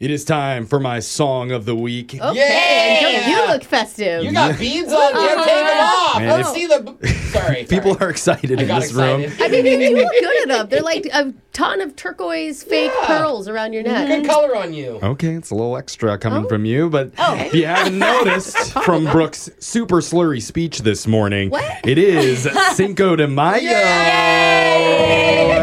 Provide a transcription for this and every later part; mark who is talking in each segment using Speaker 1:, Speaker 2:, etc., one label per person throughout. Speaker 1: It is time for my song of the week.
Speaker 2: Oh,
Speaker 3: Okay,
Speaker 2: Yeah.
Speaker 3: you, you look festive.
Speaker 2: You got beads on you.
Speaker 3: Uh-huh.
Speaker 2: Take them off.
Speaker 1: Man,
Speaker 2: Let's
Speaker 1: if-
Speaker 2: see the. b- Sorry.
Speaker 1: People
Speaker 2: sorry.
Speaker 1: are excited
Speaker 2: I
Speaker 1: in
Speaker 2: got
Speaker 1: this room.
Speaker 2: excited.
Speaker 3: I mean, you look good enough. They're like a ton of turquoise fake
Speaker 2: Yeah.
Speaker 3: pearls around your neck.
Speaker 2: Good color on you.
Speaker 1: Okay, it's a little extra
Speaker 2: Oh.
Speaker 1: coming from you, but if you haven't noticed from Brooke's super slurry speech this morning,
Speaker 3: What?
Speaker 1: it is Cinco de Mayo.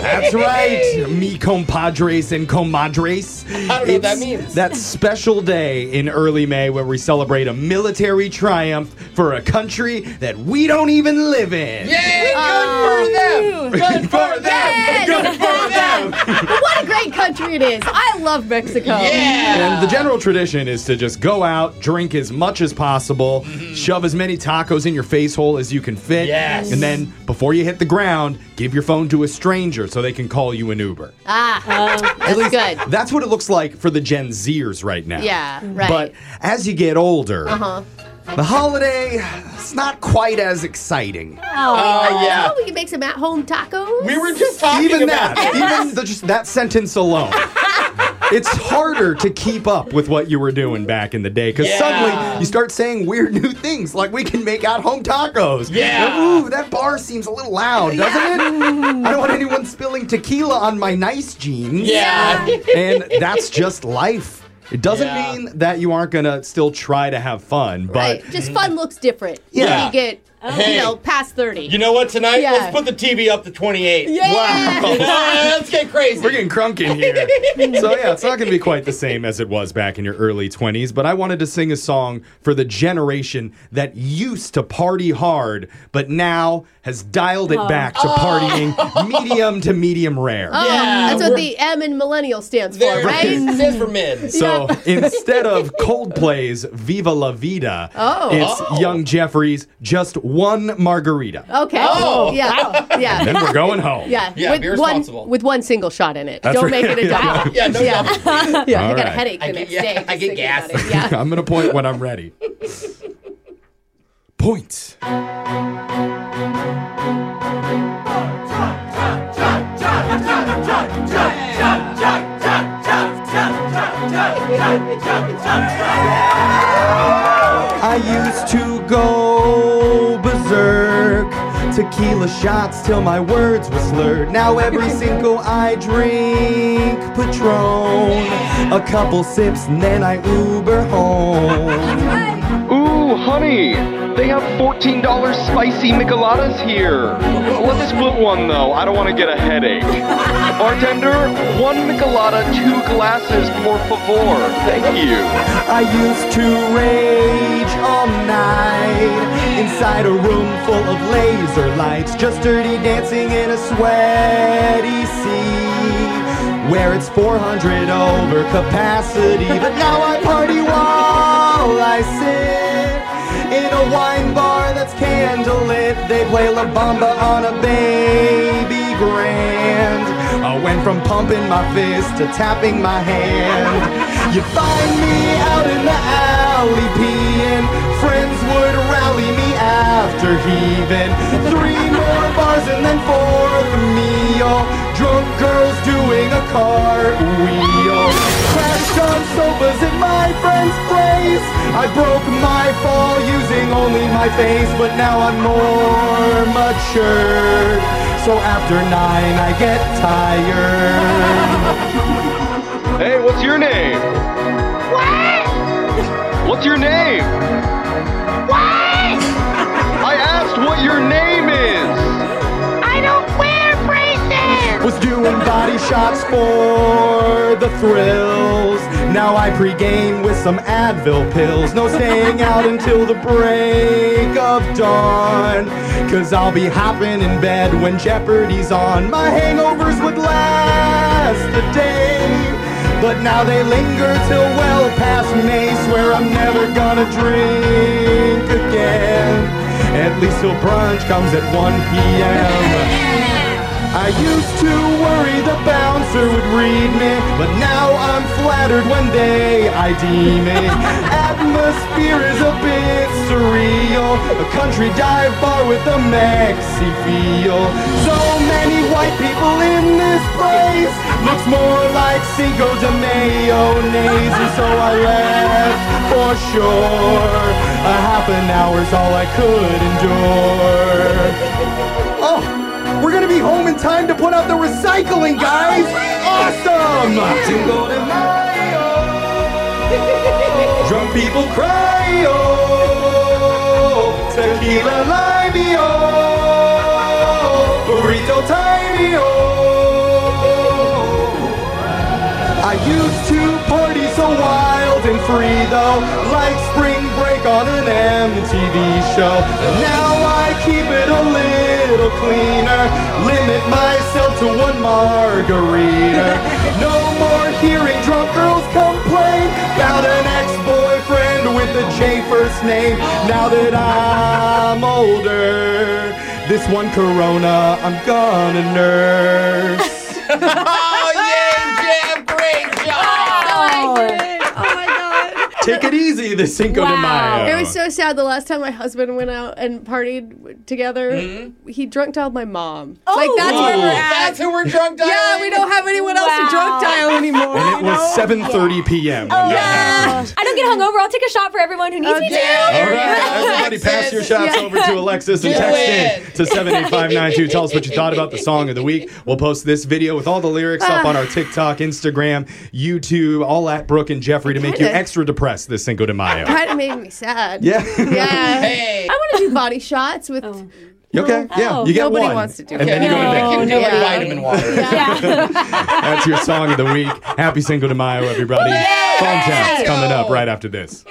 Speaker 1: That's right, me compadres and comadres.
Speaker 2: I don't know what that means.
Speaker 1: That special day in early May where we celebrate a military triumph for a country that we don't even live in.
Speaker 2: Yay!
Speaker 3: Oh.
Speaker 2: Good for them. Good for them.
Speaker 3: Uh, Yes!
Speaker 2: Good for them.
Speaker 3: What a great country it is. I love Mexico.
Speaker 1: And
Speaker 2: Yeah.
Speaker 1: the general tradition is to just go out, drink as much as possible,
Speaker 3: Mm-hmm.
Speaker 1: shove as many tacos in your face hole as you can fit,
Speaker 2: Yes.
Speaker 1: and then before you hit the ground, give your phone to a stranger so they can call you an Uber.
Speaker 3: Ah,
Speaker 2: Uh,
Speaker 3: that's good.
Speaker 1: That's what it looks like for the Gen Zers right now.
Speaker 3: Yeah, right. Uh-huh.
Speaker 1: But as you get older, the holiday it's not quite as exciting.
Speaker 2: Oh yeah.
Speaker 3: Oh, we can make some at-home tacos.
Speaker 2: We were just talking
Speaker 1: even
Speaker 2: about
Speaker 1: that, even the, just that sentence alone. It's harder to keep up with what you were doing back in the day because
Speaker 2: Yeah.
Speaker 1: suddenly you start saying weird new things like we can make out home tacos.
Speaker 2: Yeah.
Speaker 1: Ooh, that bar seems a little loud, doesn't it? I don't want anyone spilling tequila on my nice jeans.
Speaker 2: Yeah.
Speaker 1: And that's just life. It doesn't
Speaker 2: Yeah.
Speaker 1: mean that you aren't going to still try to have fun, but
Speaker 3: Right, Just fun looks different when
Speaker 1: Yeah.
Speaker 3: you get,
Speaker 2: Oh. Hey.
Speaker 3: you know, past 30.
Speaker 2: You know what? Tonight,
Speaker 3: Yeah.
Speaker 2: let's put the TV up to 28.
Speaker 3: yeah. Oh,
Speaker 1: wow.
Speaker 2: Ah, let's get crazy.
Speaker 1: We're getting crunk in here. so yeah, it's not going to be quite the same as it was back in your early 20s, but I wanted to sing a song for the generation that used to party hard, but now has dialed it back to partying medium to medium rare.
Speaker 3: Oh,
Speaker 2: Yeah,
Speaker 3: that's what
Speaker 2: we're-
Speaker 3: the M in millennial stands for,
Speaker 2: there
Speaker 3: right?
Speaker 2: it is. It says for men.
Speaker 1: So instead of Coldplay's Viva La Vida,
Speaker 3: Oh.
Speaker 1: it's Young Jeffrey's Just One Margarita.
Speaker 3: Okay.
Speaker 2: Oh.
Speaker 3: Yeah. Yeah.
Speaker 1: Then we're going home.
Speaker 3: Yeah.
Speaker 2: Yeah, be
Speaker 3: with
Speaker 2: responsible.
Speaker 3: one with one single shot in it.
Speaker 1: That's
Speaker 3: Don't
Speaker 1: right.
Speaker 3: make it a
Speaker 1: Yeah.
Speaker 3: double.
Speaker 2: Yeah, no
Speaker 3: Yeah.
Speaker 2: doubt.
Speaker 3: yeah, I
Speaker 1: All
Speaker 3: got a
Speaker 1: right.
Speaker 3: headache the
Speaker 2: I get-
Speaker 3: next
Speaker 2: yeah,
Speaker 3: day.
Speaker 2: I
Speaker 3: just
Speaker 2: get
Speaker 3: thinking about
Speaker 2: gas.
Speaker 3: it. Yeah.
Speaker 1: I'm going to point when I'm ready. Point. I used to go berserk. Tequila shots till my words were slurred. Now every single I drink Patron. A couple sips and then I Uber home.
Speaker 4: Ooh, honey, they have $14 spicy micheladas here. Let's split one though, I don't want to get a headache. Bartender, one michelada, two glasses, por favor. Thank you.
Speaker 1: I used to rage all night inside a room full of laser lights, just dirty dancing in a sweaty sea where it's 400 over capacity. But now I party while I sit in a wine bar that's candlelit. They play La Bamba on a baby grand. I went from pumping my fist to tapping my hand. You find me out in the alley peeing. Friends would rally me after heaving. Three more bars and then fourth meal. Drunk girls doing a cartwheel. Crashed on sofas at my friend's place. I broke my fall using only my face, but now I'm more matured. So after nine, I get tired.
Speaker 4: Hey, what's your name? What? What's your name? What? I asked what your name is.
Speaker 1: was doing body shots for the thrills. Now I pregame with some Advil pills. No staying out until the break of dawn. Cause I'll be hopping in bed when Jeopardy's on. My hangovers would last the day. But now they linger till well past May. Swear I'm never gonna drink again. At least till brunch comes at 1 p.m. I used to worry the bouncer would read me, but now I'm flattered when they ID me. Atmosphere is a bit surreal, a country dive bar with a maxi feel. So many white people in this place looks more like Cinco de Mayonnaise, and so I left for sure. A half an hour's all I could endure. Oh, we're gonna be home in time to put out the recycling, guys! Awesome! Jingle to my oh. Drunk people cry oh. Tequila limey oh. Burrito tiny oh. I used to party so wild and free though, like spring break on an MTV show. But now I keep it a little cleaner, limit myself to one margarita. No more hearing drunk girls complain about an ex-boyfriend with a J first name. Now that I'm older, this one Corona I'm gonna nurse.
Speaker 2: Oh, yay, Jim. Great job.
Speaker 3: Oh, my god.
Speaker 1: Take it easy, this Cinco de
Speaker 3: Wow.
Speaker 1: Mayo.
Speaker 3: It was so sad. The last time my husband went out and partied together, he drunk dialed my mom. like that's where
Speaker 2: Ooh,
Speaker 3: we're
Speaker 2: That's
Speaker 3: at.
Speaker 2: who we're drunk dialing.
Speaker 3: Oh. Yeah, we don't have anyone else
Speaker 5: Wow.
Speaker 3: to drunk dial anymore.
Speaker 1: And it was 7:30 p.m. when
Speaker 3: Oh,
Speaker 1: that happened.
Speaker 5: I don't get hungover. I'll take a shot for everyone who needs me
Speaker 3: Okay.
Speaker 5: to.
Speaker 2: Yeah,
Speaker 1: All right, everybody,
Speaker 2: Alexis.
Speaker 1: pass your shots
Speaker 3: Yeah.
Speaker 1: over to Alexis and
Speaker 2: Do
Speaker 1: text in
Speaker 2: it.
Speaker 1: to 78592. Tell us what you thought about the song of the week. We'll post this video with all the lyrics up on our
Speaker 3: Ah.
Speaker 1: TikTok, Instagram, YouTube, all at Brooke and Jeffrey to make you
Speaker 3: Kinda.
Speaker 1: extra depressed this Cinco de Mayo.
Speaker 3: Kind of made me sad.
Speaker 1: Yeah.
Speaker 3: Yeah.
Speaker 2: Hey.
Speaker 3: I want to do body shots with.
Speaker 1: You okay? Yeah.
Speaker 5: Oh,
Speaker 1: You get
Speaker 3: nobody
Speaker 1: one.
Speaker 3: wants to do
Speaker 1: and then you
Speaker 2: Okay,
Speaker 1: go to
Speaker 5: No.
Speaker 1: bed.
Speaker 2: I can
Speaker 3: Oh,
Speaker 2: do
Speaker 3: Yeah.
Speaker 2: like vitamin water.
Speaker 5: Yeah.
Speaker 1: That's your song of the week. Happy Cinco de Mayo, everybody. Phone taps coming up right after this.